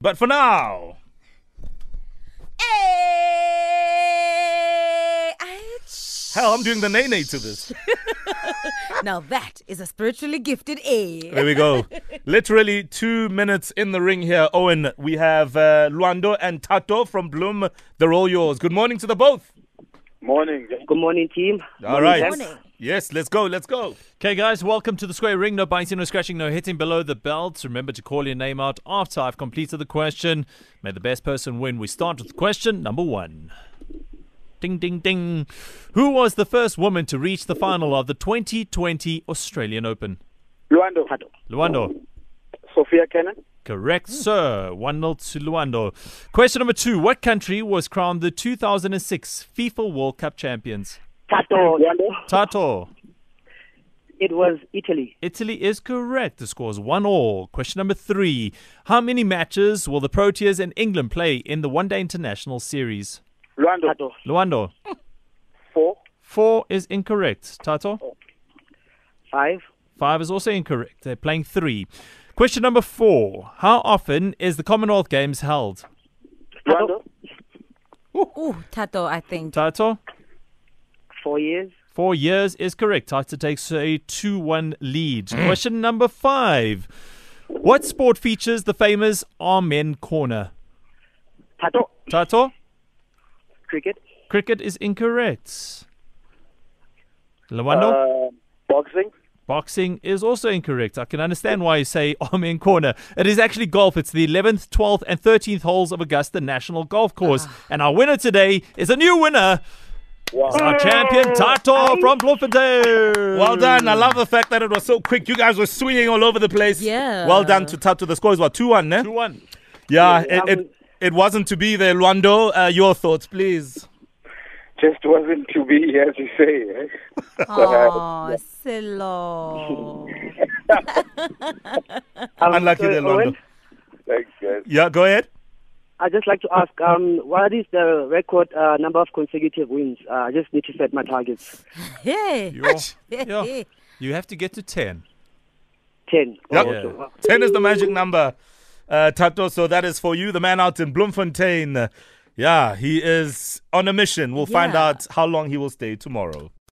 But for now, Hey! Ouch. hell, I'm doing the nay nay to this. Now that is a spiritually gifted A. There we go. Literally two minutes in the ring here. Owen, we have uh, Luando and Tato from Bloom. They're all yours. Good morning to the both. Morning. Good morning, team. All right. Good morning. Yes, let's go. Let's go. Okay, guys, welcome to the square ring. No biting, no scratching, no hitting below the belt. Remember to call your name out after I've completed the question. May the best person win. We start with question number one. Ding, ding, ding. Who was the first woman to reach the final of the 2020 Australian Open? Luando. Luando. Sophia Cannon. Correct, sir. 1 0 to Luando. Question number two. What country was crowned the 2006 FIFA World Cup champions? Tato, Tato. it was Italy. Italy is correct. The score is 1 all. Question number three. How many matches will the Proteas and England play in the one day international series? Luando. Tato, Luando. Four. Four is incorrect. Tato. five, Five is also incorrect. They're playing three. Question number four. How often is the Commonwealth Games held? Luando. Ooh, Tato, I think. Tato. four years. Four years is correct. Tata takes a 2 1 lead. Mm. Question number five. What sport features the famous Amen Corner? Tato, Tato, cricket. cricket is incorrect. Lawando, Uh, boxing. boxing is also incorrect. I can understand why you say Amen Corner. It is actually golf. It's the 11th, 12th, and 13th holes of Augusta National Golf Course. Ah. And our winner today is a new winner. It's Our champion, Tato from Bloemfontein. Well done. I love the fact that it was so quick. You guys were swinging all over the place. Yeah. Well done to Tato. The score is what? 2 1, eh? 2 1. Yeah, Yeah, it, um, it, it wasn't to be there. Luando, uh, your thoughts, please. Just wasn't to be, as you say. Eh? Oh, Silo. Um, Unlucky sorry, there, Luando. Owen, Thanks, guys. Yeah, go ahead. I'd just like to ask, um, what is the record uh, number of consecutive wins? Uh, I just need to set my targets. Hey. Yo. Yeah. You have to get to 10. Ten. Yep. Okay, wow. 10 is the magic number, uh, Tato. So that is for you, the man out in Bloemfontein. Yeah, he is on a mission. We'll find Yeah. out how long he will stay tomorrow.